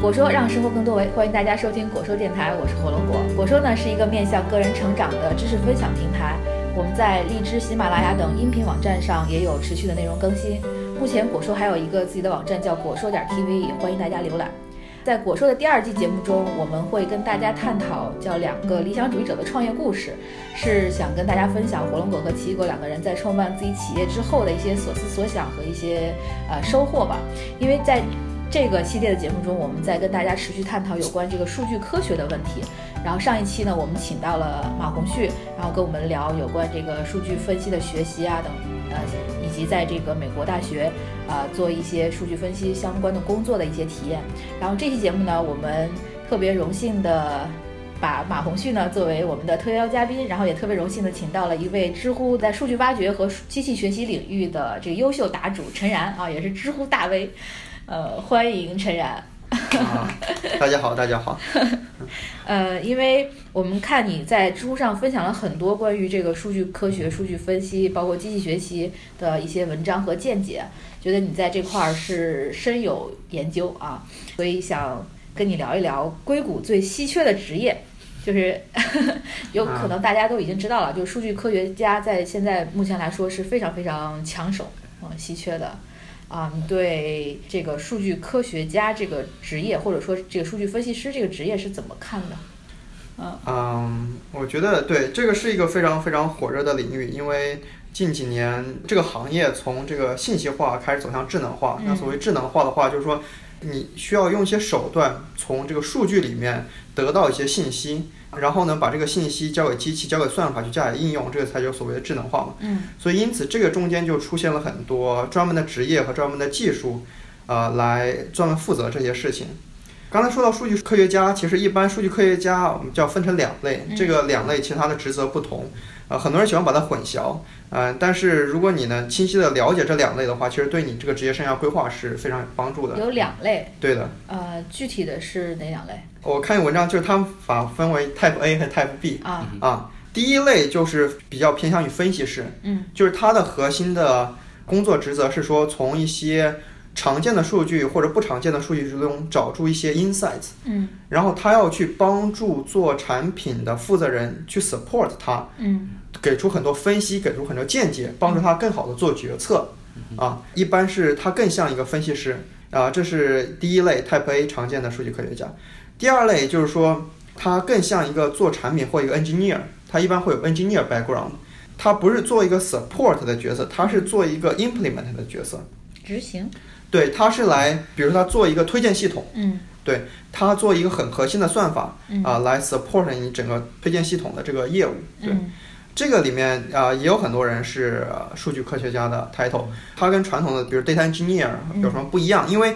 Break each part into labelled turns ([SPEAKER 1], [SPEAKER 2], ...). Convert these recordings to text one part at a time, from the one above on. [SPEAKER 1] 果说让生活更多维，欢迎大家收听果说电台，我是火龙果。果说呢是一个面向个人成长的知识分享平台，我们在荔枝、喜马拉雅等音频网站上也有持续的内容更新。目前果说还有一个自己的网站叫果说点 TV，也欢迎大家浏览。在果说的第二季节目中，我们会跟大家探讨叫两个理想主义者的创业故事，是想跟大家分享火龙果和奇异果两个人在创办自己企业之后的一些所思所想和一些呃收获吧。因为在这个系列的节目中，我们在跟大家持续探讨有关这个数据科学的问题。然后上一期呢，我们请到了马红旭，然后跟我们聊有关这个数据分析的学习啊等，呃，以及在这个美国大学啊、呃做一些数据分析相关的工作的一些体验。然后这期节目呢，我们特别荣幸的把马红旭呢作为我们的特邀嘉宾，然后也特别荣幸的请到了一位知乎在数据挖掘和机器学习领域的这个优秀答主陈然啊，也是知乎大 V，呃，欢迎陈然。
[SPEAKER 2] 啊， 大家好，大家好。
[SPEAKER 1] 呃，因为我们看你在知乎上分享了很多关于这个数据科学、数据分析，包括机器学习的一些文章和见解，觉得你在这块儿是深有研究啊，所以想跟你聊一聊硅谷最稀缺的职业，就是 有可能大家都已经知道了，就是数据科学家在现在目前来说是非常非常抢手、嗯稀缺的。啊，你对这个数据科学家这个职业，或者说这个数据分析师这个职业是怎么看的？嗯，
[SPEAKER 2] 嗯，我觉得对这个是一个非常非常火热的领域，因为近几年这个行业从这个信息化开始走向智能化。那所谓智能化的话，就是说你需要用一些手段从这个数据里面得到一些信息，然后呢把这个信息交给机器、交给算法去加以应用，这个才有所谓的智能化嘛。
[SPEAKER 1] 嗯，
[SPEAKER 2] 所以因此这个中间就出现了很多专门的职业和专门的技术，呃，来专门负责这些事情。刚才说到数据科学家，其实一般数据科学家我们叫分成两类，
[SPEAKER 1] 嗯
[SPEAKER 2] 这个两类其实它的职责不同，呃，很多人喜欢把它混淆，嗯、但是如果你呢清晰的了解这两类的话，其实对你这个职业生涯规划是非常有帮助的。
[SPEAKER 1] 有两类，
[SPEAKER 2] 对的，
[SPEAKER 1] 呃，具体的是哪两类
[SPEAKER 2] 我看一个文章就是他们把分为 Type A 和 Type B
[SPEAKER 1] 啊？
[SPEAKER 2] 啊，第一类就是比较偏向于分析师，
[SPEAKER 1] 嗯，
[SPEAKER 2] 就是它的核心的工作职责是说，从一些常见的数据或者不常见的数据之中找出一些 insights，
[SPEAKER 1] 嗯
[SPEAKER 2] 然后他要去帮助做产品的负责人去 support 他，
[SPEAKER 1] 嗯
[SPEAKER 2] 给出很多分析，给出很多见解，帮助他更好的做决策。啊，一般是他更像一个分析师啊，这是第一类 Type A 常见的数据科学家。第二类就是说，他更像一个做产品或一个 engineer，他一般会有 engineer background，他不是做一个 support 的角色，他是做一个 implement 的角色。
[SPEAKER 1] 执行，
[SPEAKER 2] 对，他是来，比如说他做一个推荐系统，
[SPEAKER 1] 嗯
[SPEAKER 2] 他做一个很核心的算法
[SPEAKER 1] 嗯
[SPEAKER 2] 啊，来 support 你整个推荐系统的这个业务。对，
[SPEAKER 1] 嗯
[SPEAKER 2] 这个里面啊、呃也有很多人是呃数据科学家的 title，它跟传统的比如 data engineer
[SPEAKER 1] 嗯
[SPEAKER 2] 有什么不一样？因为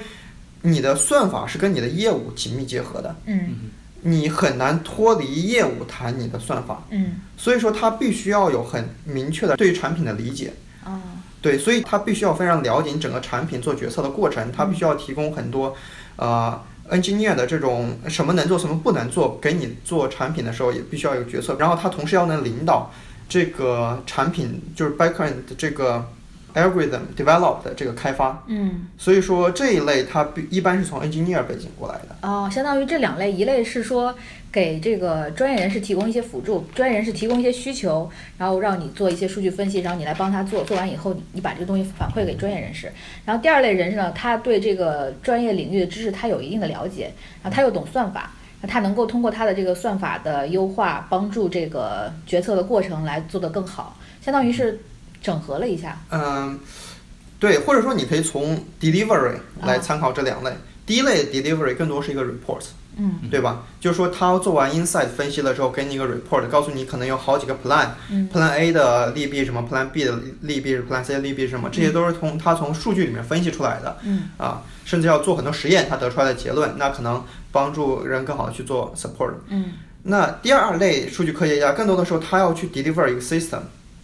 [SPEAKER 2] 你的算法是跟你的业务紧密结合的，
[SPEAKER 1] 嗯
[SPEAKER 2] 你很难脱离业务谈你的算法，
[SPEAKER 1] 嗯
[SPEAKER 2] 所以说它必须要有很明确的对于产品的理解。
[SPEAKER 1] 啊
[SPEAKER 2] 对，所以它必须要非常了解你整个产品做决策的过程，它必须要提供很多，呃，engineer 的这种什么能做，什么不能做，给你做产品的时候也必须要有决策，然后它同时要能领导这个产品就是 backend 这个 algorithm develop 的这个开发，
[SPEAKER 1] 嗯
[SPEAKER 2] 所以说这一类它必一般是从 engineer 背景过来的。
[SPEAKER 1] 哦，相当于这两类，一类是说给这个专业人士提供一些辅助，专业人士提供一些需求，然后让你做一些数据分析，然后你来帮他做，做完以后你你把这个东西反馈给专业人士。然后第二类人士呢，他对这个专业领域的知识他有一定的了解，然后他又懂算法，那他能够通过他的这个算法的优化，帮助这个决策的过程来做得更好，相当于是整合了一下。
[SPEAKER 2] 嗯，对，或者说你可以从 delivery 来
[SPEAKER 1] 啊
[SPEAKER 2] 参考这两类。第一类 delivery 更多是一个 report，
[SPEAKER 1] 嗯
[SPEAKER 2] 对吧？就是说他做完 insight 分析了之后，给你一个 report，告诉你可能有好几个 plan，plan、
[SPEAKER 1] 嗯
[SPEAKER 2] A 的利弊是什么，plan B 的利弊，plan C 的利弊是什么，这些都是从他从数据里面分析出来的
[SPEAKER 1] 嗯
[SPEAKER 2] 啊，甚至要做很多实验，他得出来的结论，那可能帮助人更好的去做 support。
[SPEAKER 1] 嗯
[SPEAKER 2] 那第二类数据科学家，更多的时候他要去 deliver 一个 system，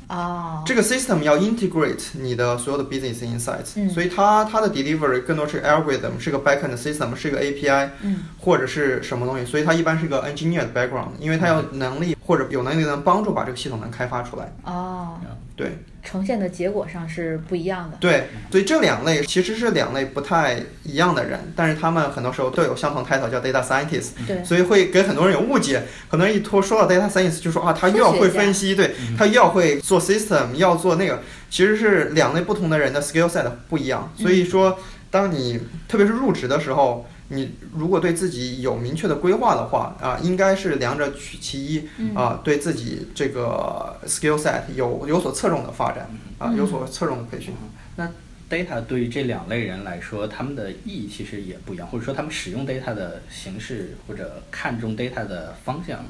[SPEAKER 1] 哦
[SPEAKER 2] 这个 system 要 integrate 你的所有的 business insights，、
[SPEAKER 1] 嗯
[SPEAKER 2] 所以它它的 delivery 更多是 algorithm，是个 backend system，是一个 API，
[SPEAKER 1] 嗯
[SPEAKER 2] 或者是什么东西，所以它一般是个 engineer 的 background，因为它要能力或者有能力能帮助把这个系统能开发出来。
[SPEAKER 1] 哦，
[SPEAKER 2] 对
[SPEAKER 1] 呈现的结果上是不一样的。
[SPEAKER 2] 对，所以这两类其实是两类不太一样的人，但是他们很多时候都有相同 title 叫 data scientist，
[SPEAKER 1] 对，
[SPEAKER 2] 所以会给很多人有误解。很多人一拖说到 data science 就说啊，他又要会分析，对他又要会做 system，要做那个，其实是两类不同的人的 skill set 不一样。
[SPEAKER 1] 嗯
[SPEAKER 2] 所以说，当你特别是入职的时候。你如果对自己有明确的规划的话，啊、应该是两者取其一，
[SPEAKER 1] 嗯
[SPEAKER 2] 啊、对自己这个 skill set 有有所侧重的发展，啊、
[SPEAKER 1] 嗯
[SPEAKER 2] 有所侧重的培训。
[SPEAKER 3] data 对于这两类人来说，他们的意义其实也不一样，或者说他们使用 data 的形式或者看重 data 的方向、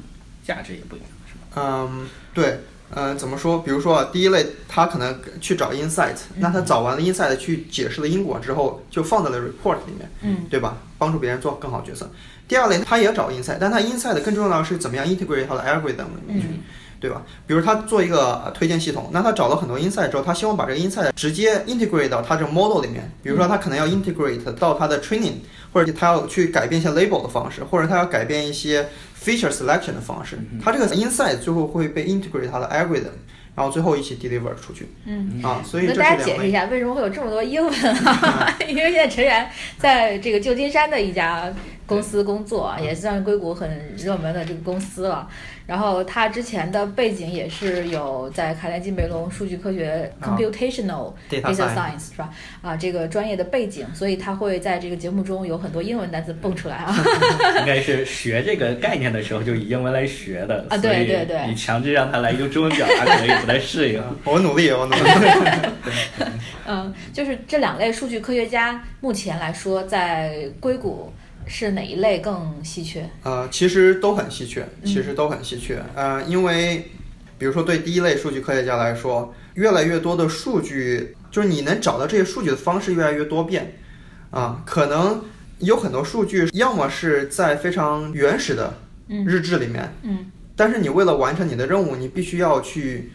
[SPEAKER 3] 价值也不一样，是吧？
[SPEAKER 2] 嗯，对，呃，怎么说？比如说啊，第一类他可能去找 insight，那他找完了 insight 去解释了因果之后，就放在了 report 里面，
[SPEAKER 1] 嗯
[SPEAKER 2] 对吧？帮助别人做更好的决策。第二类他也找 insight，但他 insight 更重要的是怎么样 integrate 他的 algorithm 里面去。
[SPEAKER 1] 嗯
[SPEAKER 2] 对吧？比如他做一个呃推荐系统，那他找了很多 insight 之后，他希望把这个 insight 直接 integrate 到他这个 model 里面。比如说他可能要 integrate 到他的 training，或者他要去改变一些 label 的方式，或者他要改变一些 feature selection 的方式。他这个 insight 最后会被 integrate 他的 algorithm，然后最后一起 deliver 出去
[SPEAKER 1] 嗯。
[SPEAKER 2] 啊。所以
[SPEAKER 1] 跟
[SPEAKER 2] 这是
[SPEAKER 1] 大
[SPEAKER 2] 两
[SPEAKER 1] 家解释一
[SPEAKER 2] 类。
[SPEAKER 1] 下，为什么会有这么多英文啊？ 因为现在陈然在这个旧金山的一家公司工作啊，也算硅谷很热门的这个公司了。然后他之前的背景也是有在卡耐基梅隆数据科学
[SPEAKER 2] 啊
[SPEAKER 1] （computational）
[SPEAKER 2] data
[SPEAKER 1] data
[SPEAKER 2] science，
[SPEAKER 1] science 是吧？啊，这个专业的背景，所以他会在这个节目中有很多英文单词蹦出来啊。
[SPEAKER 3] 应该是学这个概念的时候就以英文来学的，
[SPEAKER 1] 啊
[SPEAKER 3] 所
[SPEAKER 1] 对
[SPEAKER 3] 以
[SPEAKER 1] 对对
[SPEAKER 3] 你强制让他来用中文表达，可能也不太适应。
[SPEAKER 2] 我努力，我努力。
[SPEAKER 1] 嗯，就是这两类数据科学家，目前来说在硅谷是哪一类更稀缺？
[SPEAKER 2] 呃，其实都很稀缺，其实都很稀缺。呃，因为比如说对第一类数据科学家来说，越来越多的数据，就是你能找到这些数据的方式越来越多变啊、可能有很多数据，要么是在非常原始的日志里面，
[SPEAKER 1] 嗯
[SPEAKER 2] 但是你为了完成你的任务，你必须要去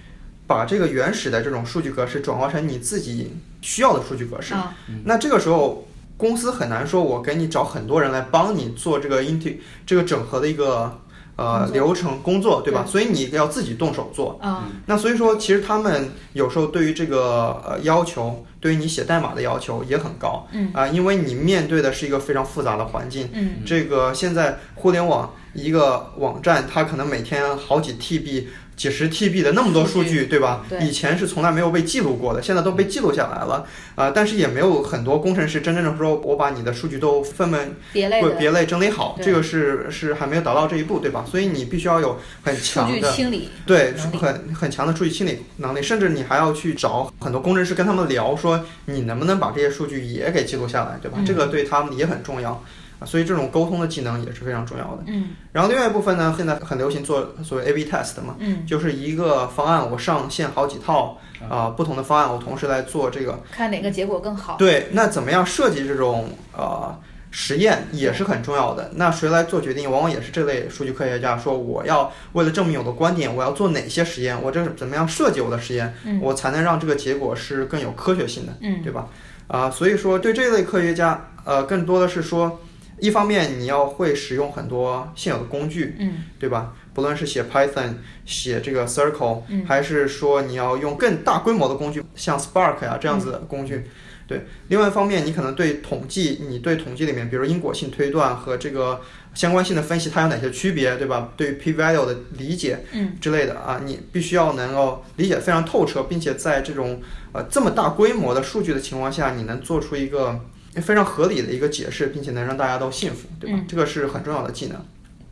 [SPEAKER 2] 把这个原始的这种数据格式转化成你自己需要的数据格式。
[SPEAKER 1] 啊，
[SPEAKER 2] 那这个时候，公司很难说我给你找很多人来帮你做这个 int 这个整合的一个呃
[SPEAKER 1] 工作
[SPEAKER 2] 流程工作，对吧？所以你要自己动手做。
[SPEAKER 1] 啊，
[SPEAKER 2] 那所以说，其实他们有时候对于这个呃要求，对于你写代码的要求也很高，
[SPEAKER 1] 嗯
[SPEAKER 2] 啊、因为你面对的是一个非常复杂的环境。
[SPEAKER 1] 嗯
[SPEAKER 2] 这个现在互联网一个网站，它可能每天好几 TB、几十 TB 的那么多数
[SPEAKER 1] 数
[SPEAKER 2] 据，对吧？
[SPEAKER 1] 对
[SPEAKER 2] 以前是从来没有被记录过的，现在都被记录下来了啊、但是也没有很多工程师真正的说，我把你的数据都分门
[SPEAKER 1] 别类
[SPEAKER 2] 别
[SPEAKER 1] 的
[SPEAKER 2] 嗯别类整理好，
[SPEAKER 1] 对
[SPEAKER 2] 这个是是还没有达到这一步，对吧？所以你必须要有很
[SPEAKER 1] 数
[SPEAKER 2] 强
[SPEAKER 1] 据
[SPEAKER 2] 的。
[SPEAKER 1] 清理，
[SPEAKER 2] 对，
[SPEAKER 1] 能力
[SPEAKER 2] 很很强的数据清理能力，甚至你还要去找很多工程师跟他们聊，说你能不能把这些数据也给记录下来，对吧？
[SPEAKER 1] 嗯
[SPEAKER 2] 这个对他们也很重要啊，所以这种沟通的技能也是非常重要的。
[SPEAKER 1] 嗯
[SPEAKER 2] 然后另外一部分呢，现在很流行做所谓 A/B test 嘛，
[SPEAKER 1] 嗯，
[SPEAKER 2] 就是一个方案我上线好几套啊、不同的方案我同时来做这个。
[SPEAKER 1] 看哪个结果更好。
[SPEAKER 2] 对，那怎么样设计这种呃？实验也是很重要的。那谁来做决定，往往也是这类数据科学家说，我要为了证明我的观点，我要做哪些实验，我这是怎么样设计我的实验，
[SPEAKER 1] 嗯
[SPEAKER 2] 我才能让这个结果是更有科学性的，
[SPEAKER 1] 嗯
[SPEAKER 2] 对吧？啊、所以说对这类科学家，呃，更多的是说，一方面你要会使用很多现有的工具，
[SPEAKER 1] 嗯
[SPEAKER 2] 对吧？不论是写 Python、写这个 Circle，、
[SPEAKER 1] 嗯
[SPEAKER 2] 还是说你要用更大规模的工具，像 Spark 呀、这样子的
[SPEAKER 1] 嗯
[SPEAKER 2] 工具。对，另外一方面，你可能对统计，你对统计里面，比如因果性推断和这个相关性的分析，它有哪些区别，对吧？对于 p-value 的理解
[SPEAKER 1] 嗯
[SPEAKER 2] 之类的啊，你必须要能够理解得非常透彻，并且在这种呃这么大规模的数据的情况下，你能做出一个呃非常合理的一个解释，并且能让大家都信服，对吧？
[SPEAKER 1] 嗯
[SPEAKER 2] 这个是很重要的技能。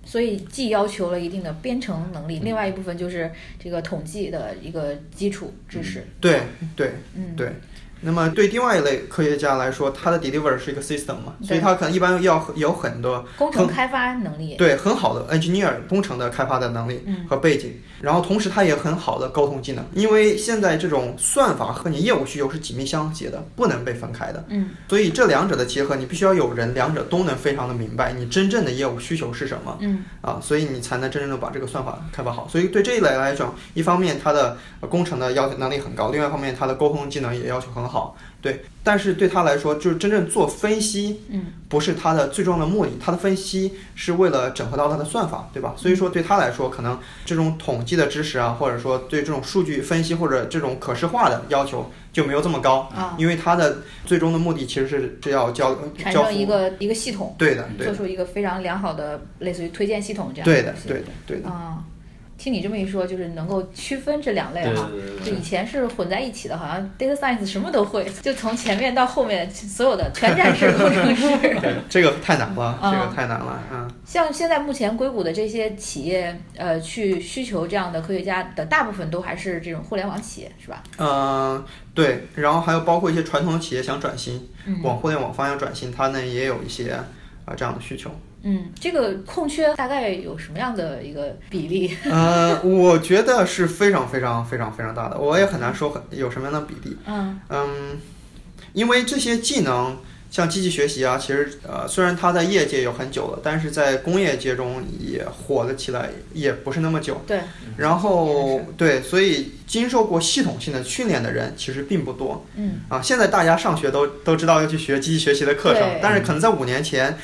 [SPEAKER 1] 所以既要求了一定的编程能
[SPEAKER 2] 嗯
[SPEAKER 1] 力，另外一部分就是这个统计的一个基础知识。
[SPEAKER 2] 对对，
[SPEAKER 1] 嗯，
[SPEAKER 2] 对，那么对另外一类科学家来说，他的 deliver 是一个 system 嘛，
[SPEAKER 1] 对
[SPEAKER 2] 所以他可能一般要有很多
[SPEAKER 1] 工程开发能力。
[SPEAKER 2] 对很好的 engineer 工程的开发的能力
[SPEAKER 1] 嗯
[SPEAKER 2] 和背景，然后同时他也很好的沟通技能，因为现在这种算法和你业务需求是紧密相结的，不能被分开的，
[SPEAKER 1] 嗯
[SPEAKER 2] 所以这两者的结合，你必须要有人两者都能非常的明白你真正的业务需求是什么。
[SPEAKER 1] 嗯
[SPEAKER 2] 啊，所以你才能真正的把这个算法开发好。所以对这一类来讲，一方面它的呃工程的要求能力很高，另外一方面它的沟通技能也要求很很好，对。但是对他来说，就是真正做分析，
[SPEAKER 1] 嗯，
[SPEAKER 2] 不是他的最重要的目的，他的分析是为了整合到他的算法，对吧？所以说对他来说，可能这种统计的知识啊，或者说对这种数据分析或者这种可视化的要求就没有这么高，
[SPEAKER 1] 啊，
[SPEAKER 2] 因为他的最终的目的其实是是要交
[SPEAKER 1] 产
[SPEAKER 2] 交
[SPEAKER 1] 生一
[SPEAKER 2] 付，
[SPEAKER 1] 个一个系统，
[SPEAKER 2] 对的，对
[SPEAKER 1] 做
[SPEAKER 2] 的，
[SPEAKER 1] 出一个非常良好的类似于推荐系统这样
[SPEAKER 2] 对的
[SPEAKER 1] 东，西
[SPEAKER 2] 对的，对的，
[SPEAKER 1] 啊，听你这么一说，就是能够区分这两类
[SPEAKER 3] 对
[SPEAKER 1] 哈。
[SPEAKER 3] 对
[SPEAKER 1] 就
[SPEAKER 3] 对
[SPEAKER 1] 以前是混在一起的，好像 data science 什么都会，就从前面到后面所有的全展示工程师。
[SPEAKER 2] 对，这个太难了，这
[SPEAKER 1] 啊
[SPEAKER 2] 个太难了，嗯。
[SPEAKER 1] 像现在目前硅谷的这些企业，呃，去需求这样的科学家的大部分都还是这种互联网企业，是吧？
[SPEAKER 2] 嗯，对，然后还有包括一些传统的企业想转型，
[SPEAKER 1] 嗯
[SPEAKER 2] 往互联网方向转型，它呢也有一些啊、这样的需求。
[SPEAKER 1] 嗯，这个空缺大概有什么样的一个比例？
[SPEAKER 2] 呃，我觉得是非常非常非常非常大的，我也很难说很有什么样的比例。
[SPEAKER 1] 嗯
[SPEAKER 2] 嗯，因为这些技能，像机器学习啊，其实呃虽然它在业界有很久了，但是在工业界中也火了起来，也不是那么久。
[SPEAKER 1] 对，
[SPEAKER 2] 然
[SPEAKER 1] 也
[SPEAKER 2] 后
[SPEAKER 1] 是
[SPEAKER 2] 对，所以经受过系统性的训练的人其实并不多。
[SPEAKER 1] 嗯
[SPEAKER 2] 啊，现在大家上学都都知道要去学机器学习的课程
[SPEAKER 1] 对，
[SPEAKER 2] 但是可能在五年前，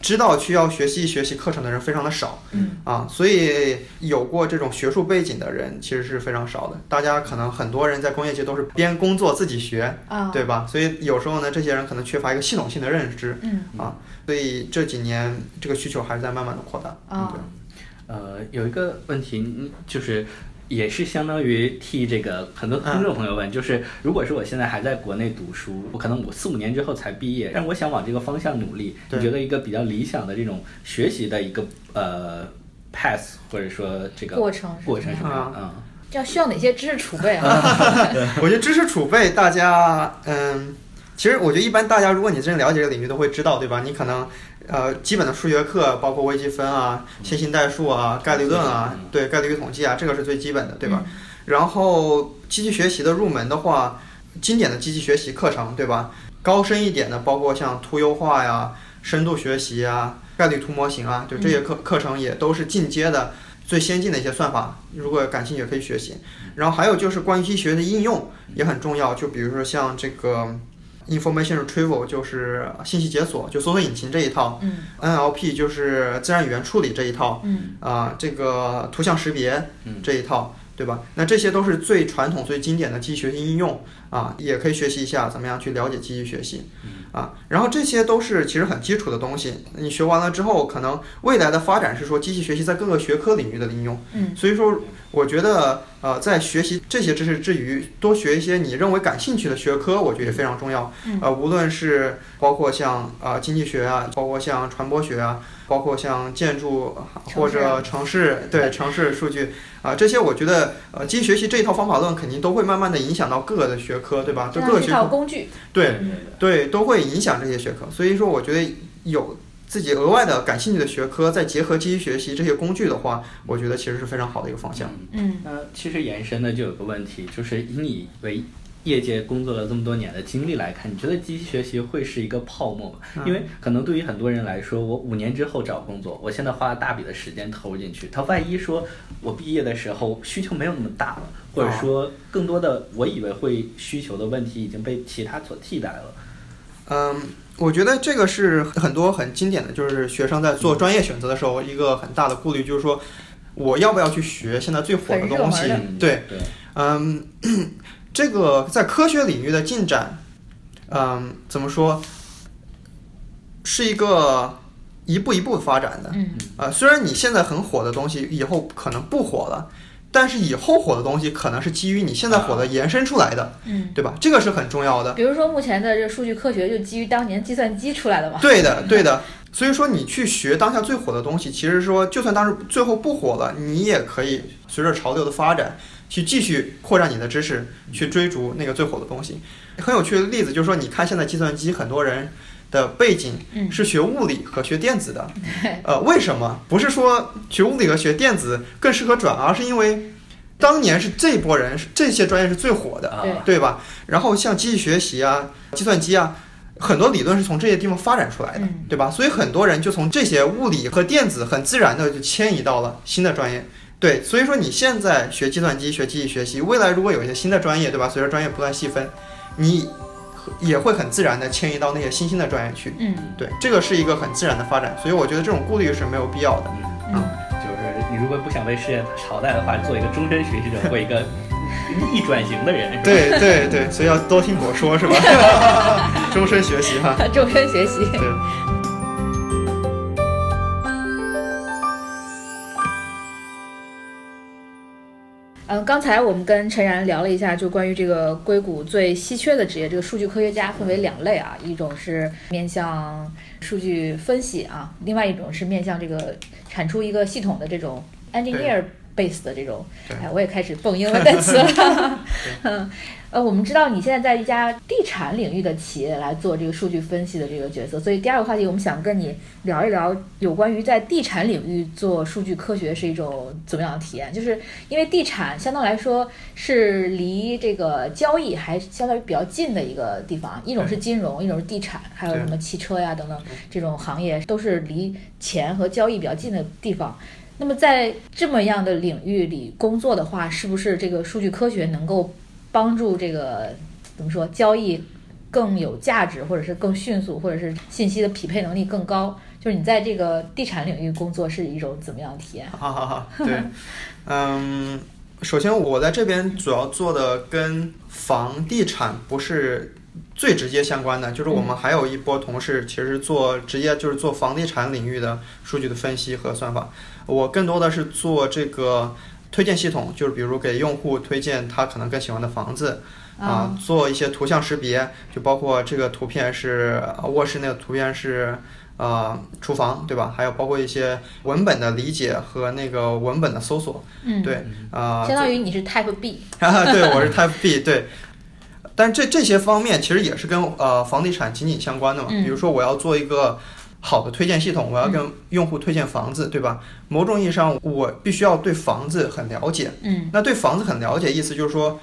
[SPEAKER 2] 知道需要学机器学习课程的人非常的少
[SPEAKER 1] 嗯
[SPEAKER 2] 啊，所以有过这种学术背景的人其实是非常少的。大家可能很多人在工业界都是边工作自己学，
[SPEAKER 1] 啊，
[SPEAKER 2] 对吧？所以有时候呢，这些人可能缺乏一个系统性的认知，啊
[SPEAKER 1] 嗯
[SPEAKER 2] 所以这几年这个需求还是在慢慢的扩大。嗯
[SPEAKER 1] 啊
[SPEAKER 2] 对，
[SPEAKER 3] 呃，有一个问题，嗯就是也是相当于替这个很多听众朋友问，就是如果是我现在还在国内读书，我可能我四五年之后才毕业，但我想往这个方向努力，你
[SPEAKER 2] 对
[SPEAKER 3] 觉得一个比较理想的这种学习的一个呃 path 或者说这个
[SPEAKER 1] 过程是
[SPEAKER 3] 过
[SPEAKER 1] 什么
[SPEAKER 3] 程是什
[SPEAKER 1] 样
[SPEAKER 3] 么
[SPEAKER 2] 样
[SPEAKER 3] 样？嗯，
[SPEAKER 1] 这样需要哪些知识储备 啊？
[SPEAKER 2] 我觉得知识储备，大家嗯，其实我觉得一般大家，如果你真了解这个领域，都会知道，对吧？你可能呃，基本的数学课，包括微积分啊、线性代数啊、概率论啊
[SPEAKER 3] 嗯，
[SPEAKER 2] 对概率统计啊，这个是最基本的，对吧？然后机器学习的入门的话，经典的机器学习课程，对吧？高深一点的，包括像图优化呀、深度学习啊、概率图模型啊，就这些课课程也都是进阶的。最先进的一些算法，如果感兴趣也可以学习。然后还有就是关于机器学习的应用也很重要，就比如说像这个 information retrieval，就是信息解锁，就搜索引擎这一套
[SPEAKER 1] 嗯
[SPEAKER 2] ；NLP 就是自然语言处理这一套，
[SPEAKER 1] 嗯
[SPEAKER 2] 啊、这个图像识别
[SPEAKER 3] 嗯
[SPEAKER 2] 这一套，对吧？那这些都是最传统、最经典的机器学习应用啊，也可以学习一下怎么样去了解机器学习啊。然后这些都是其实很基础的东西，你学完了之后，可能未来的发展是说机器学习在各个学科领域的应用。
[SPEAKER 1] 嗯
[SPEAKER 2] 所以说，我觉得呃，在学习这些知识之余，多学一些你认为感兴趣的学科，我觉得也非常重要
[SPEAKER 1] 嗯。
[SPEAKER 2] 呃，无论是包括像呃经济学啊，包括像传播学啊，包括像建筑啊
[SPEAKER 1] 城市
[SPEAKER 2] 或者城市啊对城市数据啊、这些我觉得呃，机器学习这一套方法论肯定都会慢慢的影响到各个的学科，对啊吧？
[SPEAKER 1] 这
[SPEAKER 2] 就各
[SPEAKER 1] 样
[SPEAKER 2] 个
[SPEAKER 1] 是一
[SPEAKER 2] 学
[SPEAKER 1] 套
[SPEAKER 2] 科
[SPEAKER 1] 工具。
[SPEAKER 2] 对
[SPEAKER 3] 对对
[SPEAKER 2] 对都会影响这些学科。所以说，我觉得有。自己额外的感兴趣的学科，再结合机器学习这些工具的话，我觉得其实是非常好的一个方向。
[SPEAKER 1] 嗯
[SPEAKER 3] 那其实延伸的就有个问题，就是以你为业界工作了这么多年的经历来看，你觉得机器学习会是一个泡沫吗？
[SPEAKER 1] 嗯
[SPEAKER 3] 因为可能对于很多人来说，我五年之后找工作，我现在花了大笔的时间投进去，他万一说我毕业的时候需求没有那么大了，或
[SPEAKER 1] 哦
[SPEAKER 3] 者说更多的我以为会需求的问题已经被其他所替代了。
[SPEAKER 2] 嗯，我觉得这个是很多很经典的，就是学生在做专业选择的时候一个很大的顾虑，就是说我要不要去学现在最火的东
[SPEAKER 1] 很
[SPEAKER 2] 西
[SPEAKER 1] 热？
[SPEAKER 3] 门的
[SPEAKER 2] 对，
[SPEAKER 3] 嗯对，
[SPEAKER 2] 嗯， 这个在科学领域的进展，嗯，怎么说，是一个一步一步发展的。
[SPEAKER 1] 嗯
[SPEAKER 2] 呃，虽然你现在很火的东西以后可能不火了，但是以后火的东西可能是基于你现在火的延伸出来的，
[SPEAKER 1] 嗯，
[SPEAKER 2] 对吧？这个是很重要的。
[SPEAKER 1] 比如说目前的这个数据科学就基于当年计算机出来的嘛。
[SPEAKER 2] 对的，对的。所以说，你去学当下最火的东西，其实说，就算当时最后不火了，你也可以随着潮流的发展，去继续扩展你的知识，去追逐那个最火的东西。很有趣的例子就是说，你看现在计算机很多人的背景
[SPEAKER 1] 嗯
[SPEAKER 2] 是学物理和学电子的，呃，为什么？不是说学物理和学电子更适合转，而是因为当年是这波人，是这些专业是最火的。
[SPEAKER 3] 啊
[SPEAKER 1] 对
[SPEAKER 2] 对吧？然后像机器学习啊、计算机啊，很多理论是从这些地方发展出来的，
[SPEAKER 1] 嗯
[SPEAKER 2] 对吧？所以很多人就从这些物理和电子很自然的就迁移到了新的专业。对，所以说你现在学计算机、学机器学习，未来如果有一些新的专业，对吧？随着专业不断细分，你也会很自然的迁移到那些新兴的专业去。
[SPEAKER 1] 嗯
[SPEAKER 2] 对，这个是一个很自然的发展，所以我觉得这种顾虑是没有必要的。
[SPEAKER 3] 嗯，
[SPEAKER 1] 嗯
[SPEAKER 3] 就是你如果不想被世界淘汰的话，做一个终身学习者或一个 逆转型的人，是吧，
[SPEAKER 2] 对对对，所以要多听我说，是吧？ 终身学习 哈。
[SPEAKER 1] 嗯，终身学习。
[SPEAKER 2] 对，
[SPEAKER 1] 嗯，刚才我们跟陈然聊了一下，就关于这个硅谷最稀缺的职业，这个数据科学家分为两类啊，一种是面向数据分析啊，另外一种是面向这个产出一个系统的这种 engineer base 的这种。
[SPEAKER 2] 对
[SPEAKER 1] 哎，我也开始蹦英文单词了。 嗯，呃，我们知道你现在在一家地产领域的企业来做这个数据分析的这个角色，所以第二个话题我们想跟你聊一聊有关于在地产领域做数据科学是一种怎么样的体验，就是。因为地产相对来说是离这个交易还相当于比较近的一个地方，一种是金融，一种是地产，还有
[SPEAKER 2] 对
[SPEAKER 1] 什么汽车呀等等这种行业都是离钱和交易比较近的地方。那么在这么样的领域里工作的话，是不是这个数据科学能够帮助这个怎么说交易更有价值，或者是更迅速，或者是信息的匹配能力更高？就是你在这个地产领域工作是一种怎么样的体验？
[SPEAKER 2] 好好好，对，嗯，首先我在这边主要做的跟房地产不是最直接相关的，就是我们还有一波同事其实做直接就是做房地产领域的数据的分析和算法，我更多的是做这个推荐系统，就是比如给用户推荐他可能更喜欢的房子，啊，
[SPEAKER 1] 嗯
[SPEAKER 2] 做一些图像识别，就包括这个图片是呃卧室，那个图片是呃厨房，对吧？还有包括一些文本的理解和那个文本的搜索，
[SPEAKER 1] 嗯，
[SPEAKER 2] 对，啊、
[SPEAKER 1] 相当于你是 Type B，
[SPEAKER 2] 啊， 对，我是 Type B，对。但这这些方面其实也是跟呃房地产紧紧相关的嘛。
[SPEAKER 1] 嗯
[SPEAKER 2] 比如说，我要做一个好的推荐系统，我要跟用户推荐房子，对吧？某种意义上，我必须要对房子很了解。
[SPEAKER 1] 嗯
[SPEAKER 2] 那对房子很了解，意思就是说，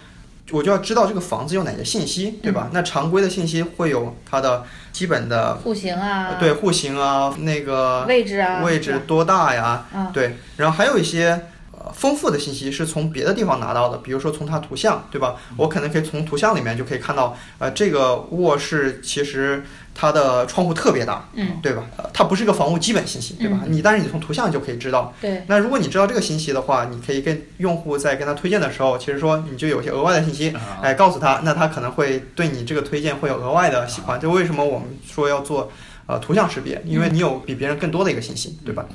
[SPEAKER 2] 我就要知道这个房子有哪些信息，对
[SPEAKER 1] 嗯
[SPEAKER 2] 吧？那常规的信息会有它的基本的、
[SPEAKER 1] 户型啊，
[SPEAKER 2] 对户型啊，那个
[SPEAKER 1] 位置啊，
[SPEAKER 2] 位
[SPEAKER 1] 是
[SPEAKER 2] 置
[SPEAKER 1] 吧
[SPEAKER 2] 多大呀，
[SPEAKER 1] 啊，
[SPEAKER 2] 对，然后还有一些。呃丰富的信息是从别的地方拿到的，比如说从它图像，对吧？我可能可以从图像里面就可以看到，呃，这个卧室其实它的窗户特别大，
[SPEAKER 1] 嗯，
[SPEAKER 2] 对吧？呃它不是一个房屋基本信息，对吧？你但是你从图像就可以知道，
[SPEAKER 1] 对，
[SPEAKER 2] 那如果你知道这个信息的话，你可以跟用户在跟他推荐的时候，其实说你就有一些额外的信息，
[SPEAKER 3] 啊
[SPEAKER 2] 哎，告诉他，那他可能会对你这个推荐会有额外的喜欢。就为什么我们说要做呃图像识别，因为你有比别人更多的一个信息，对吧？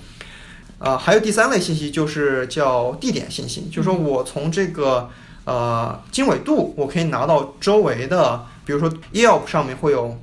[SPEAKER 2] 呃，还有第三类信息就是叫地点信息，就是说我从这个呃经纬度，我可以拿到周围的，比如说 Yelp 上面会有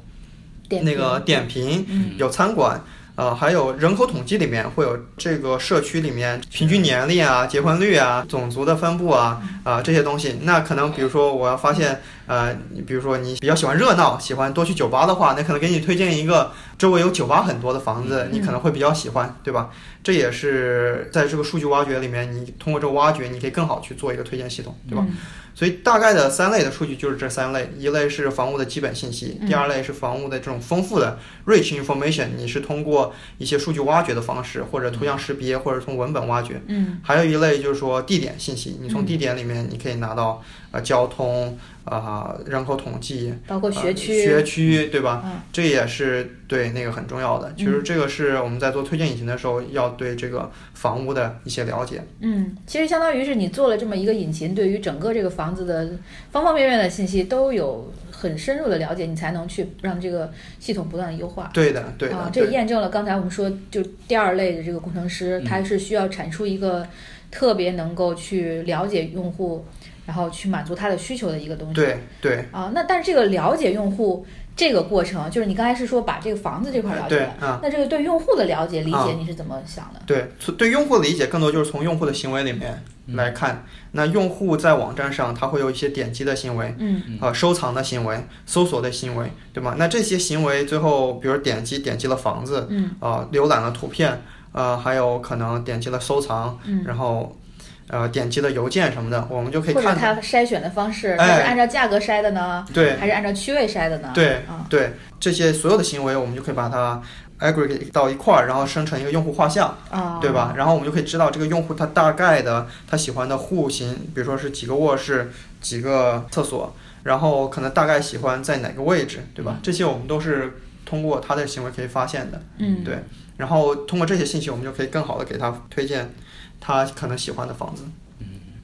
[SPEAKER 1] 点
[SPEAKER 2] 那个
[SPEAKER 1] 评
[SPEAKER 2] 点评，
[SPEAKER 1] 嗯
[SPEAKER 2] 有餐馆，呃，还有人口统计里面会有这个社区里面平均年龄啊、结婚率啊、种族的分布啊啊、这些东西。那可能比如说我要发现，呃，你比如说你比较喜欢热闹，喜欢多去酒吧的话，那可能给你推荐一个周围有酒吧很多的房子，你可能会比较喜欢，对吧？这也是在这个数据挖掘里面，你通过这个挖掘，你可以更好去做一个推荐系统，对吧？？
[SPEAKER 1] 嗯
[SPEAKER 2] 所以大概的三类的数据就是这三类，一类是房屋的基本信息，
[SPEAKER 1] 嗯
[SPEAKER 2] 第二类是房屋的这种丰富的 rich information，你是通过一些数据挖掘的方式，或者图像识别，或者从文本挖掘。
[SPEAKER 1] 嗯
[SPEAKER 2] 还有一类就是说地点信息，你
[SPEAKER 1] 嗯
[SPEAKER 2] 从地点里面你可以拿到呃交通啊、人口统计、
[SPEAKER 1] 包括
[SPEAKER 2] 呃
[SPEAKER 1] 学区，
[SPEAKER 2] 学区对吧？
[SPEAKER 1] 嗯
[SPEAKER 2] 这也是对那个很重要的。其实这个是我们在做推荐引擎的时候要对这个房屋的一些了解。
[SPEAKER 1] 嗯，其实相当于是你做了这么一个引擎，对于整个这个房子的方方面面的信息都有很深入的了解，你才能去让这个系统不断地优化。
[SPEAKER 2] 对的，对的，
[SPEAKER 1] 啊，这
[SPEAKER 2] 对
[SPEAKER 1] 也验证了刚才我们说，就第二类的这个工程师，
[SPEAKER 3] 嗯
[SPEAKER 1] 他是需要产出一个特别能够去了解用户，然后去满足他的需求的一个东西。
[SPEAKER 2] 对对。
[SPEAKER 1] 啊，那但是这个了解用户这个过程，就是你刚才是说把这个房子这块了解
[SPEAKER 2] 对
[SPEAKER 1] 了，
[SPEAKER 2] 啊
[SPEAKER 1] 那这个对用户的了解理解
[SPEAKER 2] 啊
[SPEAKER 1] 你是怎么想的？
[SPEAKER 2] 对，从对用户的理解更多就是从用户的行为里面来看，那用户在网站上他会有一些点击的行为，
[SPEAKER 1] 嗯
[SPEAKER 3] 嗯
[SPEAKER 2] 啊、收藏的行为、搜索的行为，对吗？那这些行为最后，比如点击点击了房子，
[SPEAKER 1] 嗯
[SPEAKER 2] 啊、浏览了图片，呃，还有可能点击了收藏，
[SPEAKER 1] 嗯，
[SPEAKER 2] 然后呃点击了邮件什么的，我们就可以
[SPEAKER 1] 或者
[SPEAKER 2] 看到，
[SPEAKER 1] 他筛选的方式，
[SPEAKER 2] 哎
[SPEAKER 1] 他是按照价格筛的呢，
[SPEAKER 2] 对
[SPEAKER 1] 还是按照区位筛的呢？
[SPEAKER 2] 对
[SPEAKER 1] 啊，
[SPEAKER 2] 对，这些所有的行为我们就可以把它 aggregate 到一块儿，然后生成一个用户画像，
[SPEAKER 1] 啊，
[SPEAKER 2] 对？吧？然后我们就可以知道这个用户他大概的他喜欢的户型，比如说是几个卧室、几个厕所，然后可能大概喜欢在哪个位置，对吧？这些我们都是通过他的行为可以发现的，
[SPEAKER 1] 嗯，
[SPEAKER 2] 对。然后通过这些信息，我们就可以更好的给他推荐他可能喜欢的房子。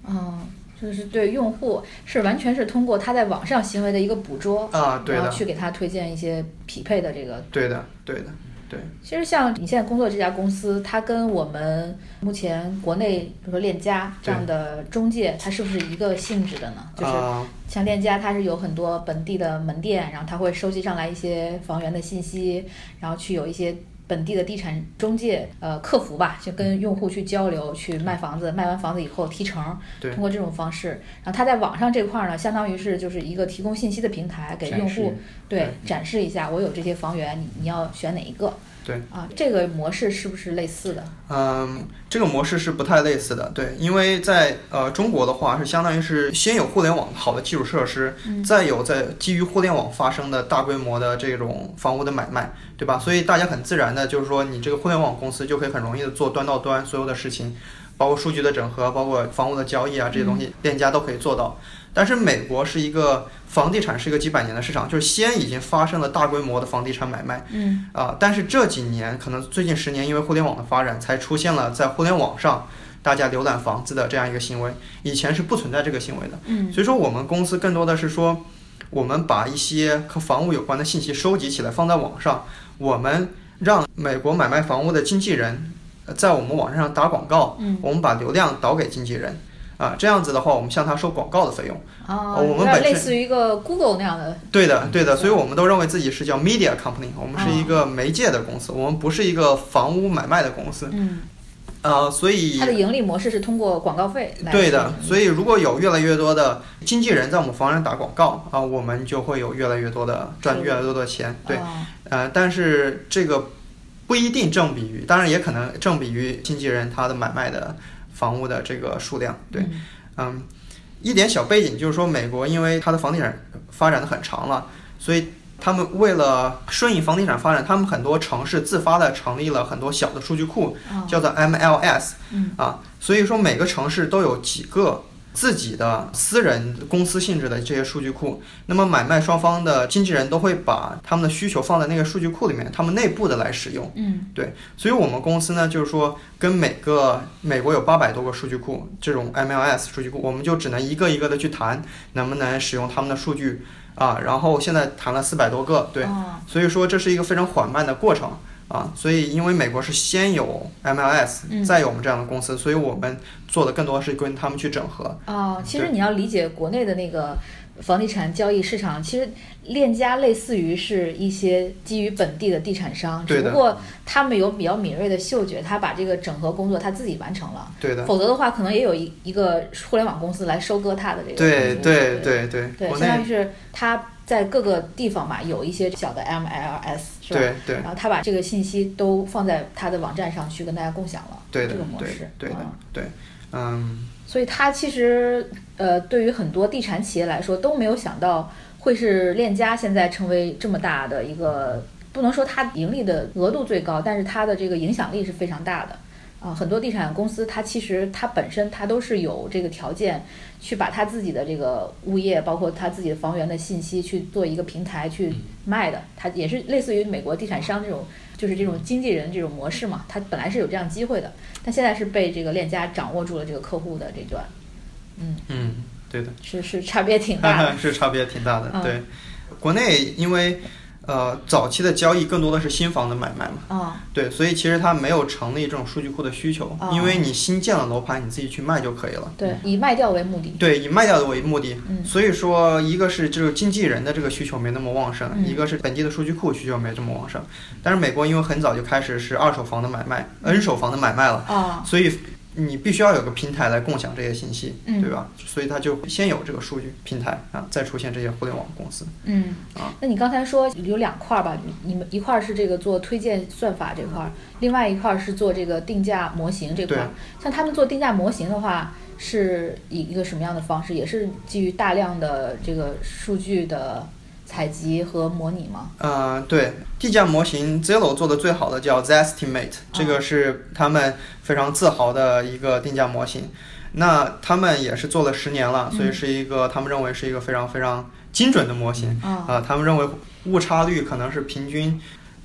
[SPEAKER 1] 嗯，就是对用户是完全是通过他在网上行为的一个捕捉，
[SPEAKER 2] 啊，对
[SPEAKER 1] 然后
[SPEAKER 2] 的，
[SPEAKER 1] 去给他推荐一些匹配的这个。
[SPEAKER 2] 对的，对的，对。
[SPEAKER 1] 其实像你现在工作这家公司，它跟我们目前国内比如说链家这样的中介，它是不是一个性质的呢？就是
[SPEAKER 2] 啊，
[SPEAKER 1] 像链家，它是有很多本地的门店，然后它会收集上来一些房源的信息，然后去有一些本地的地产中介呃客服吧，就跟用户去交流，去卖房子，卖完房子以后提成，
[SPEAKER 2] 对
[SPEAKER 1] 通过这种方式。然后它在网上这块儿呢，相当于是就是一个提供信息的平台，给
[SPEAKER 3] 展
[SPEAKER 1] 用户
[SPEAKER 3] 示
[SPEAKER 1] 对展示一下我有这些房源，你你要选哪一个
[SPEAKER 2] 对，
[SPEAKER 1] 啊？这个模式是不是类似的？
[SPEAKER 2] 嗯，这个模式是不太类似的，对，因为在呃中国的话是相当于是先有互联网好的基础设施，再有在基于互联网发生的大规模的这种房屋的买卖，对吧？所以大家很自然的就是说，你这个互联网公司就可以很容易的做端到端所有的事情，包括数据的整合，包括房屋的交易啊这些东西，链家都可以做到。但是美国是一个房地产是一个几百年的市场，就是先已经发生了大规模的房地产买卖。
[SPEAKER 1] 嗯
[SPEAKER 2] 啊、但是这几年可能最近十年，因为互联网的发展，才出现了在互联网上大家浏览房子的这样一个行为，以前是不存在这个行为的。
[SPEAKER 1] 嗯
[SPEAKER 2] 所以说，我们公司更多的是说，我们把一些和房屋有关的信息收集起来，放在网上，我们让美国买卖房屋的经纪人呃在我们网站上打广告，
[SPEAKER 1] 嗯
[SPEAKER 2] 我们把流量导给经纪人。啊，这样子的话，我们向他收广告的费用。
[SPEAKER 1] 啊，
[SPEAKER 2] 哦我们
[SPEAKER 1] 有点
[SPEAKER 2] 本身
[SPEAKER 1] 类似于一个 Google 那样的
[SPEAKER 2] 对的，对的，所以我们都认为自己是叫 media company，我们是一个媒介的公司，
[SPEAKER 1] 哦
[SPEAKER 2] 我们不是一个房屋买卖的公司。
[SPEAKER 1] 嗯。
[SPEAKER 2] 呃，所以
[SPEAKER 1] 它的盈利模式是通过广告费来
[SPEAKER 2] 对的，所以如果有越来越多的经纪人在我们房上打广告啊，我们就会有越来越多的
[SPEAKER 1] 收
[SPEAKER 2] 赚
[SPEAKER 1] 入
[SPEAKER 2] 越来越多的钱。对，
[SPEAKER 1] 啊
[SPEAKER 2] 呃，但是这个不一定正比于，当然也可能正比于经纪人他的买卖的房屋的这个数量。对，
[SPEAKER 1] 嗯
[SPEAKER 2] 嗯，一点小背景就是说，美国因为它的房地产发展的很长了，所以他们为了顺应房地产发展，他们很多城市自发的成立了很多小的数据库，
[SPEAKER 1] 啊
[SPEAKER 2] 叫做 MLS，
[SPEAKER 1] 嗯
[SPEAKER 2] 啊，所以说每个城市都有几个。自己的私人公司性质的这些数据库，那么买卖双方的经纪人都会把他们的需求放在那个数据库里面，他们内部的来使用。
[SPEAKER 1] 嗯
[SPEAKER 2] 所以我们公司呢，就是说跟每个美国有八百多个数据库，这种 MLS 数据库，我们就只能一个一个的去谈，能不能使用他们的数据啊。然后现在谈了四百多个，对，
[SPEAKER 1] 啊
[SPEAKER 2] 所以说这是一个非常缓慢的过程啊。所以因为美国是先有
[SPEAKER 1] 嗯
[SPEAKER 2] MLS，再有我们这样的公司，所以我们做的更多是跟他们去整合。
[SPEAKER 1] 啊，其实你要理解国内的那个房地产交易市场，其实链家类似于是一些基于本地的地产商，只
[SPEAKER 2] 对的
[SPEAKER 1] 不过他们有比较敏锐的嗅觉，他把这个整合工作他自己完成了，
[SPEAKER 2] 对的，
[SPEAKER 1] 否则的话，可能也有一一个互联网公司来收割他的这个
[SPEAKER 2] 对
[SPEAKER 1] 服务
[SPEAKER 2] 对
[SPEAKER 1] 对
[SPEAKER 2] 对对，
[SPEAKER 1] 对，
[SPEAKER 2] 国
[SPEAKER 1] 相当
[SPEAKER 2] 内
[SPEAKER 1] 于是他在各个地方吧有一些小的 MLS 是吧？
[SPEAKER 2] 对对
[SPEAKER 1] 然后他把这个信息都放在他的网站上去跟大家共享了，
[SPEAKER 2] 对的
[SPEAKER 1] 这个模
[SPEAKER 2] 对
[SPEAKER 1] 式，
[SPEAKER 2] 对的
[SPEAKER 1] 啊
[SPEAKER 2] 对，嗯，
[SPEAKER 1] 所以他其实呃，对于很多地产企业来说都没有想到会是链家现在成为这么大的一个，不能说它盈利的额度最高，但是它的这个影响力是非常大的。啊、很多地产公司，它其实它本身它都是有这个条件，去把它自己的这个物业，包括它自己的房源的信息，去做一个平台去卖的。它也是类似于美国地产商这种，就是这种经纪人这种模式嘛。它本来是有这样机会的，但现在是被这个链家掌握住了这个客户的这段，
[SPEAKER 2] 嗯，对的。
[SPEAKER 1] 是是差别挺大的。
[SPEAKER 2] 是差别挺大的
[SPEAKER 1] 嗯。
[SPEAKER 2] 对，国内因为呃早期的交易更多的是新房的买卖嘛，
[SPEAKER 1] 啊、
[SPEAKER 2] 对，所以其实它没有成立这种数据库的需求
[SPEAKER 1] 哦，
[SPEAKER 2] 因为你新建了楼盘，你自己去卖就可以了。
[SPEAKER 1] 对，以卖掉为目的。
[SPEAKER 2] 对，以卖掉的为目的，
[SPEAKER 1] 嗯
[SPEAKER 2] 所以说一个是这个经纪人的这个需求没那么旺盛，
[SPEAKER 1] 嗯
[SPEAKER 2] 一个是本地的数据库需求没这么旺盛。但是美国因为很早就开始是二手房的买卖、n
[SPEAKER 1] 嗯
[SPEAKER 2] 手房的买卖了，
[SPEAKER 1] 啊、
[SPEAKER 2] 所以你必须要有个平台来共享这些信息，
[SPEAKER 1] 嗯
[SPEAKER 2] 对吧？所以它就先有这个数据平台啊，再出现这些互联网公司。
[SPEAKER 1] 嗯
[SPEAKER 2] 啊，
[SPEAKER 1] 那你刚才说有两块儿吧？你们一块儿是这个做推荐算法这块儿，另外一块儿是做这个定价模型这块儿。像他们做定价模型的话，是以一个什么样的方式？也是基于大量的这个数据的采集和模拟吗？
[SPEAKER 2] 呃，对，地价模型 Zillow 做的最好的叫 Zestimate，这
[SPEAKER 1] 哦
[SPEAKER 2] 个是他们非常自豪的一个定价模型。那他们也是做了十年
[SPEAKER 1] 嗯
[SPEAKER 2] 了，所以是一个他们认为是一个非常非常精准的模型。
[SPEAKER 1] 啊、
[SPEAKER 2] 啊，他们认为误差率可能是平均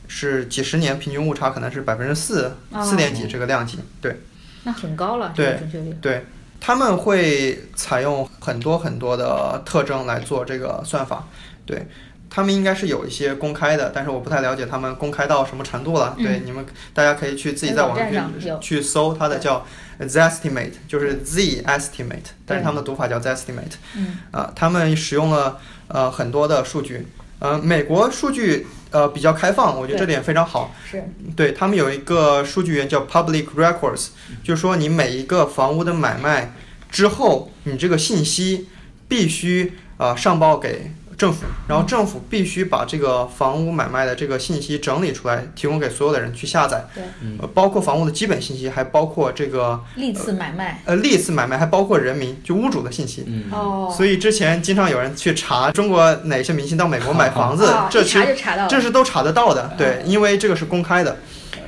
[SPEAKER 2] 是几十年平均误差可能是百分之四
[SPEAKER 1] 哦
[SPEAKER 2] 四点几这个量级，对
[SPEAKER 1] 那很高了，这
[SPEAKER 2] 对
[SPEAKER 1] 个准确率。
[SPEAKER 2] 对，他们会采用很多很多的特征来做这个算法，对。他们应该是有一些公开的，但是我不太了解他们公开到什么程度了。
[SPEAKER 1] 嗯
[SPEAKER 2] 对，你们大家可以去自己
[SPEAKER 1] 在
[SPEAKER 2] 在
[SPEAKER 1] 网
[SPEAKER 2] 网
[SPEAKER 1] 站上有
[SPEAKER 2] 去去搜它的叫 Zestimate，就是 Z estimate，但是他们的读法叫 Zestimate。
[SPEAKER 1] 嗯
[SPEAKER 2] 啊，他们使用了呃很多的数据，呃，美国数据呃比较开放，我觉得这点非常好。
[SPEAKER 1] 是
[SPEAKER 2] 对他们有一个数据源叫 Public Records，就是说你每一个房屋的买卖之后，你这个信息必须啊、呃上报给政府，然后政府必须把这个房屋买卖的这个信息整理出来，提供给所有的人去下载，
[SPEAKER 1] 对
[SPEAKER 2] 呃包括房屋的基本信息，还包括这个
[SPEAKER 1] 历次买卖。
[SPEAKER 2] 呃历次买卖，还包括人名，就屋主的信息。
[SPEAKER 3] 嗯，
[SPEAKER 1] 哦，
[SPEAKER 2] 呃所以之前经常有人去查中国哪些明星到美国买房子，
[SPEAKER 1] 啊
[SPEAKER 2] 这
[SPEAKER 1] 一查
[SPEAKER 2] 是
[SPEAKER 1] 就查到了。嗯
[SPEAKER 2] 这是都查得到的，对，因为这个是公开的。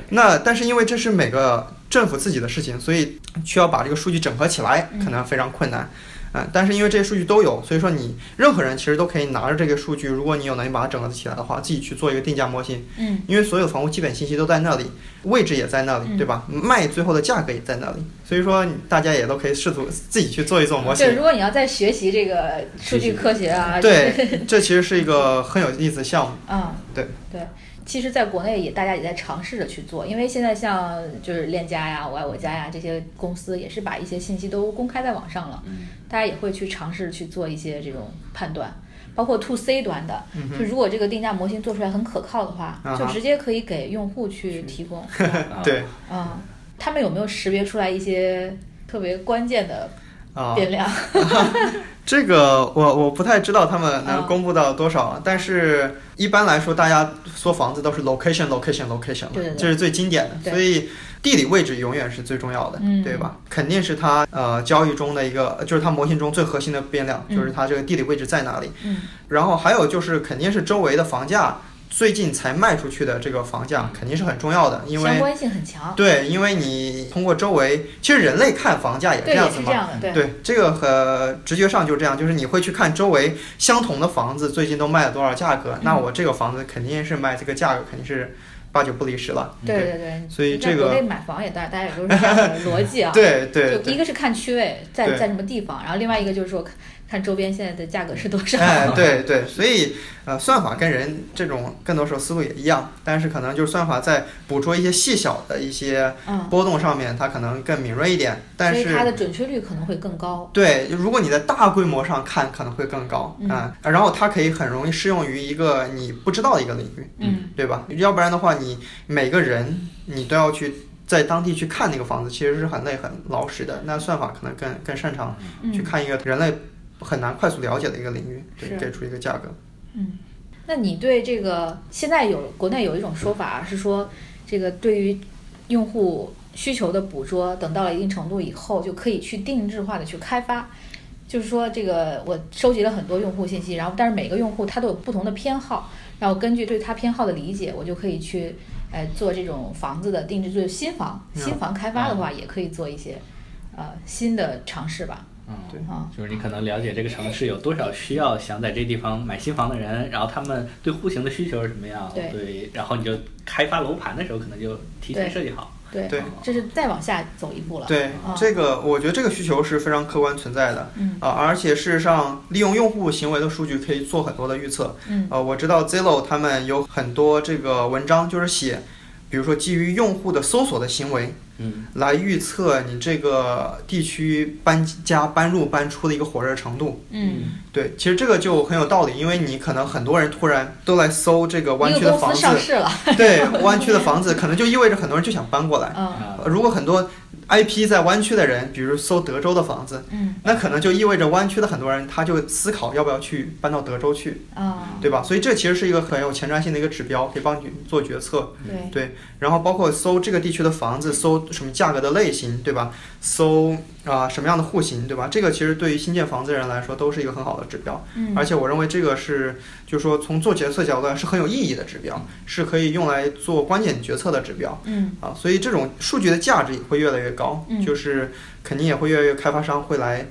[SPEAKER 2] 那但是因为这是每个政府自己的事情，所以需要把这个数据整合起来，
[SPEAKER 1] 嗯
[SPEAKER 2] 可能非常困难。啊、但是因为这些数据都有，所以说你任何人其实都可以拿着这个数据，如果你有能力把它整合起来的话，自己去做一个定价模型。
[SPEAKER 1] 嗯，
[SPEAKER 2] 因为所有房屋基本信息都在那里，位置也在那
[SPEAKER 1] 嗯
[SPEAKER 2] 里，对吧？卖最后的价格也在那里，所以说大家也都可以试图自己去做一做模型
[SPEAKER 1] 对，。如果你要在学习这个数据科学啊，
[SPEAKER 2] 对，这其实是一个很有意思的项目。
[SPEAKER 1] 嗯，
[SPEAKER 2] 对
[SPEAKER 1] 对。其实，在国内也大家也在尝试着去做，因为现在像就是链家呀、我爱我家呀这些公司，也是把一些信息都公开在网上了，
[SPEAKER 2] 嗯
[SPEAKER 1] 大家也会去尝试去做一些这种判断，包括 to C 端的，就如果这个定价模型做出来很可靠的话，
[SPEAKER 2] 嗯啊哈
[SPEAKER 1] 就直接可以给用户去提 供。
[SPEAKER 3] 啊
[SPEAKER 2] 对
[SPEAKER 1] 嗯，他们有没有识别出来一些特别关键的
[SPEAKER 2] 啊、
[SPEAKER 1] 变 量？
[SPEAKER 2] 这个我我不太知道他们能
[SPEAKER 1] 啊
[SPEAKER 2] 公布到多少，但是一般来说，大家说房子都是 location location location，
[SPEAKER 1] 对对对
[SPEAKER 2] 这是最经典的，
[SPEAKER 1] 对
[SPEAKER 2] 所以地理位置永远是最重要的，
[SPEAKER 1] 嗯
[SPEAKER 2] 对吧？肯定是它呃交易中的一个，就是它模型中最核心的变量，
[SPEAKER 1] 嗯
[SPEAKER 2] 就是它这个地理位置在哪里。
[SPEAKER 1] 嗯
[SPEAKER 2] 然后还有就是肯定是周围的房价，最近才卖出去的这个房价肯定是很重要的，因
[SPEAKER 1] 嗯
[SPEAKER 2] 为
[SPEAKER 1] 相关性很强，
[SPEAKER 2] 对，因为你通过周围，其实人类看房价也这
[SPEAKER 1] 对，
[SPEAKER 2] 样
[SPEAKER 1] 也
[SPEAKER 2] 子
[SPEAKER 1] 是
[SPEAKER 2] 嘛。
[SPEAKER 1] 这样的，对。
[SPEAKER 2] 对，这个和直觉上就是这样，就是你会去看周围相同的房子最近都卖了多少价格，那
[SPEAKER 1] 嗯
[SPEAKER 2] 我这个房子肯定是卖这个价格，肯定是八九不离十了。
[SPEAKER 1] 对对对，
[SPEAKER 2] 所以
[SPEAKER 1] 在
[SPEAKER 2] 这个
[SPEAKER 1] 国内买房也大，大家也都是这样 的逻辑啊。
[SPEAKER 2] 对对
[SPEAKER 1] 就一
[SPEAKER 2] 对，
[SPEAKER 1] 个是看区位，在
[SPEAKER 2] 对
[SPEAKER 1] 在什么地方，然后另外一个就是说看看周边现在的价格是多少。
[SPEAKER 2] 哎 对对，所以呃，算法跟人这种更多时候思路也一样，但是可能就是算法在捕捉一些细小的一些
[SPEAKER 1] 嗯，
[SPEAKER 2] 波动上面，它可能更敏锐一点，但
[SPEAKER 1] 所以
[SPEAKER 2] 是
[SPEAKER 1] 它的准确率可能会更高。
[SPEAKER 2] 对，如果你在大规模上看，可能会更高
[SPEAKER 1] 嗯
[SPEAKER 2] 啊、然后它可以很容易适用于一个你不知道的一个领域，
[SPEAKER 1] 嗯，
[SPEAKER 2] 对吧？要不然的话，你每个人你都要去在当地去看那个房子，其实是很累、很劳时的。那算法可能更更擅长去
[SPEAKER 1] 嗯
[SPEAKER 2] 看一个人类很难快速了解的一个领域，对，
[SPEAKER 1] 是
[SPEAKER 2] 给出一个价格。
[SPEAKER 1] 嗯，那你对这个现在有国内有一种说法是说，这个对于用户需求的捕捉，等到了一定程度以后，就可以去定制化的去开发。就是说，这个我收集了很多用户信息，然后但是每个用户他都有不同的偏好，然后根据对他偏好的理解，我就可以去，呃，做这种房子的定制，就是新房，
[SPEAKER 2] 嗯
[SPEAKER 1] 新房开发的话也可以做一些，呃，新的尝试吧，
[SPEAKER 3] 嗯
[SPEAKER 2] 对
[SPEAKER 1] 啊、
[SPEAKER 3] 就是你可能了解这个城市有多少需要想在这地方买新房的人，然后他们对户型的需求是什么样，
[SPEAKER 1] 对
[SPEAKER 3] 然后你就开发楼盘的时候可能就提前
[SPEAKER 1] 对
[SPEAKER 3] 设计好，
[SPEAKER 1] 对，
[SPEAKER 2] 对
[SPEAKER 1] 这是再往下走一步了，
[SPEAKER 2] 对，
[SPEAKER 1] 啊
[SPEAKER 2] 这个我觉得这个需求是非常客观存在的。
[SPEAKER 1] 嗯
[SPEAKER 2] 啊，而且事实上，利用用户行为的数据可以做很多的预测。
[SPEAKER 1] 嗯
[SPEAKER 2] 呃，我知道 Zillow 他们有很多这个文章，就是写，比如说基于用户的搜索的行为，
[SPEAKER 3] 嗯，
[SPEAKER 2] 来预测你这个地区搬家、搬入、搬出的一个火热程度。
[SPEAKER 1] 嗯。
[SPEAKER 2] 对，其实这个就很有道理，因为你可能很多人突然都来搜这个湾
[SPEAKER 1] 一
[SPEAKER 2] 区
[SPEAKER 1] 个
[SPEAKER 2] 的
[SPEAKER 1] 公
[SPEAKER 2] 房
[SPEAKER 1] 司
[SPEAKER 2] 子
[SPEAKER 1] 上，市了，
[SPEAKER 2] 对，湾区的房子可能就意味着很多人就想搬过来。
[SPEAKER 1] 嗯
[SPEAKER 3] 啊，
[SPEAKER 2] 呃如果很多 IP 在湾区的人，比如搜德州的房子，
[SPEAKER 1] 嗯
[SPEAKER 2] 那可能就意味着湾区的很多人他就思考要不要去搬到德州去，
[SPEAKER 1] 啊，
[SPEAKER 2] 对吧？所以这其实是一个很有前瞻性的一个指标，可以帮你做决策。
[SPEAKER 1] 对，
[SPEAKER 2] 对，然后包括搜这个地区的房子，搜什么价格的类型，对吧？搜啊、什么样的户型，对吧？这个其实对于新建房子的人来说都是一个很好的指标，
[SPEAKER 1] 嗯
[SPEAKER 2] 而且我认为这个是，就是说从做决策角度来是很有意义的指标，是可以用来做关键决策的指标
[SPEAKER 1] 嗯
[SPEAKER 2] 啊，所以这种数据的价值也会越来越高，
[SPEAKER 1] 嗯
[SPEAKER 2] 就是肯定也会越来越开发商会来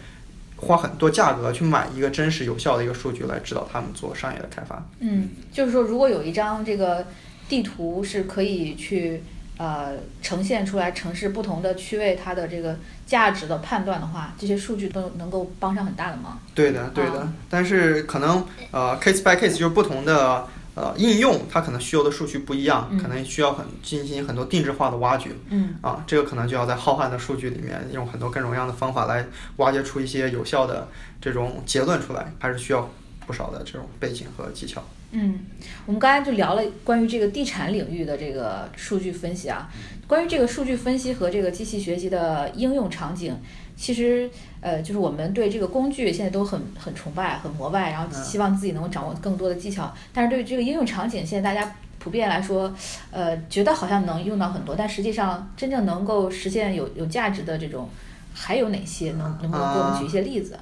[SPEAKER 2] 花很多价格去买一个真实有效的一个数据来指导他们做商业的开发，
[SPEAKER 1] 嗯，就是说，如果有一张这个地图是可以去呃呈现出来城市不同的区位它的这个价值的判断的话，这些数据都能够帮上很大的忙。
[SPEAKER 2] 对的，对的，但是可能呃 case by case 就是不同的。呃，应用它可能需要的数据不一样，
[SPEAKER 1] 嗯
[SPEAKER 2] 可能需要很进行很多定制化的挖掘。
[SPEAKER 1] 嗯
[SPEAKER 2] 啊，这个可能就要在浩瀚的数据里面，用很多各种各样的方法来挖掘出一些有效的这种结论出来，还是需要不少的这种背景和技巧。
[SPEAKER 1] 嗯，我们刚才就聊了关于这个地产领域的这个数据分析啊，关于这个数据分析和这个机器学习的应用场景，其实呃，就是我们对这个工具现在都很很崇拜、很膜拜，然后
[SPEAKER 2] 嗯
[SPEAKER 1] 希望自己能够掌握更多的技巧，但是对于这个应用场景，现在大家。普遍来说，呃，觉得好像能用到很多，但实际上真正能够实现有有价值的这种，还有哪些？能能不能给我们举一些例子？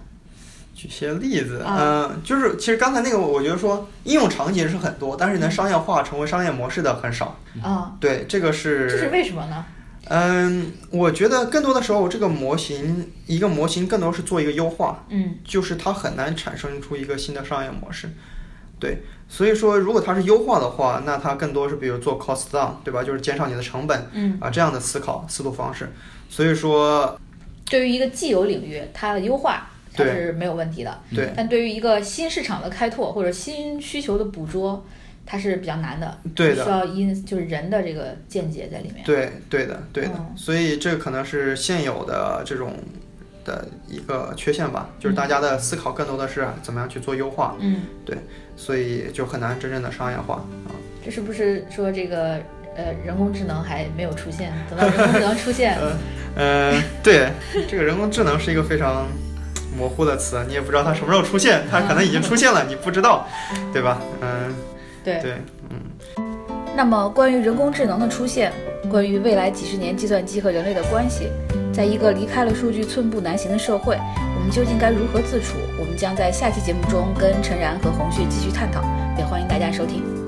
[SPEAKER 2] 举些例子，
[SPEAKER 1] 啊
[SPEAKER 2] 嗯、就是其实刚才那个，我觉得说应用场景是很多，但是能商业化成为商业模式的很少。
[SPEAKER 1] 啊，
[SPEAKER 2] 对，这个
[SPEAKER 1] 这是
[SPEAKER 2] 是，
[SPEAKER 1] 为什么呢？
[SPEAKER 2] 嗯，我觉得更多的时候，这个模型一个模型更多是做一个优化，
[SPEAKER 1] 嗯
[SPEAKER 2] 就是它很难产生出一个新的商业模式。对，所以说如果它是优化的话，那它更多是比如做 cost down，对吧？就是减少你的成本
[SPEAKER 1] 嗯，
[SPEAKER 2] 啊这样的思考思路方式。所以说，
[SPEAKER 1] 对于一个既有领域，它的优化它
[SPEAKER 2] 对
[SPEAKER 1] 是没有问题的，
[SPEAKER 2] 对
[SPEAKER 1] 但对于一个新市场的开拓或者新需求的捕捉，它是比较难的，
[SPEAKER 2] 对的
[SPEAKER 1] 需要因就是人的这个见解在里面。
[SPEAKER 2] 对对的对的
[SPEAKER 1] 嗯，
[SPEAKER 2] 所以这可能是现有的这种的一个缺陷吧，就是大家的思考更多的是啊怎么样去做优化，
[SPEAKER 1] 嗯，
[SPEAKER 2] 所以就很难真正的商业化啊。
[SPEAKER 1] 这是不是说这个呃人工智能还没有出现？等到人工智能出现，
[SPEAKER 2] 呃，对，这个人工智能是一个非常模糊的词，你也不知道它什么时候出现，它可能已经出现了，你不知道，对吧？嗯、
[SPEAKER 1] 对。
[SPEAKER 2] 对，
[SPEAKER 1] 那么，关于人工智能的出现，关于未来几十年计算机和人类的关系，在一个离开了数据寸步难行的社会，我们究竟该如何自处？我们将在下期节目中跟陈然和红旭继续探讨，也欢迎大家收听。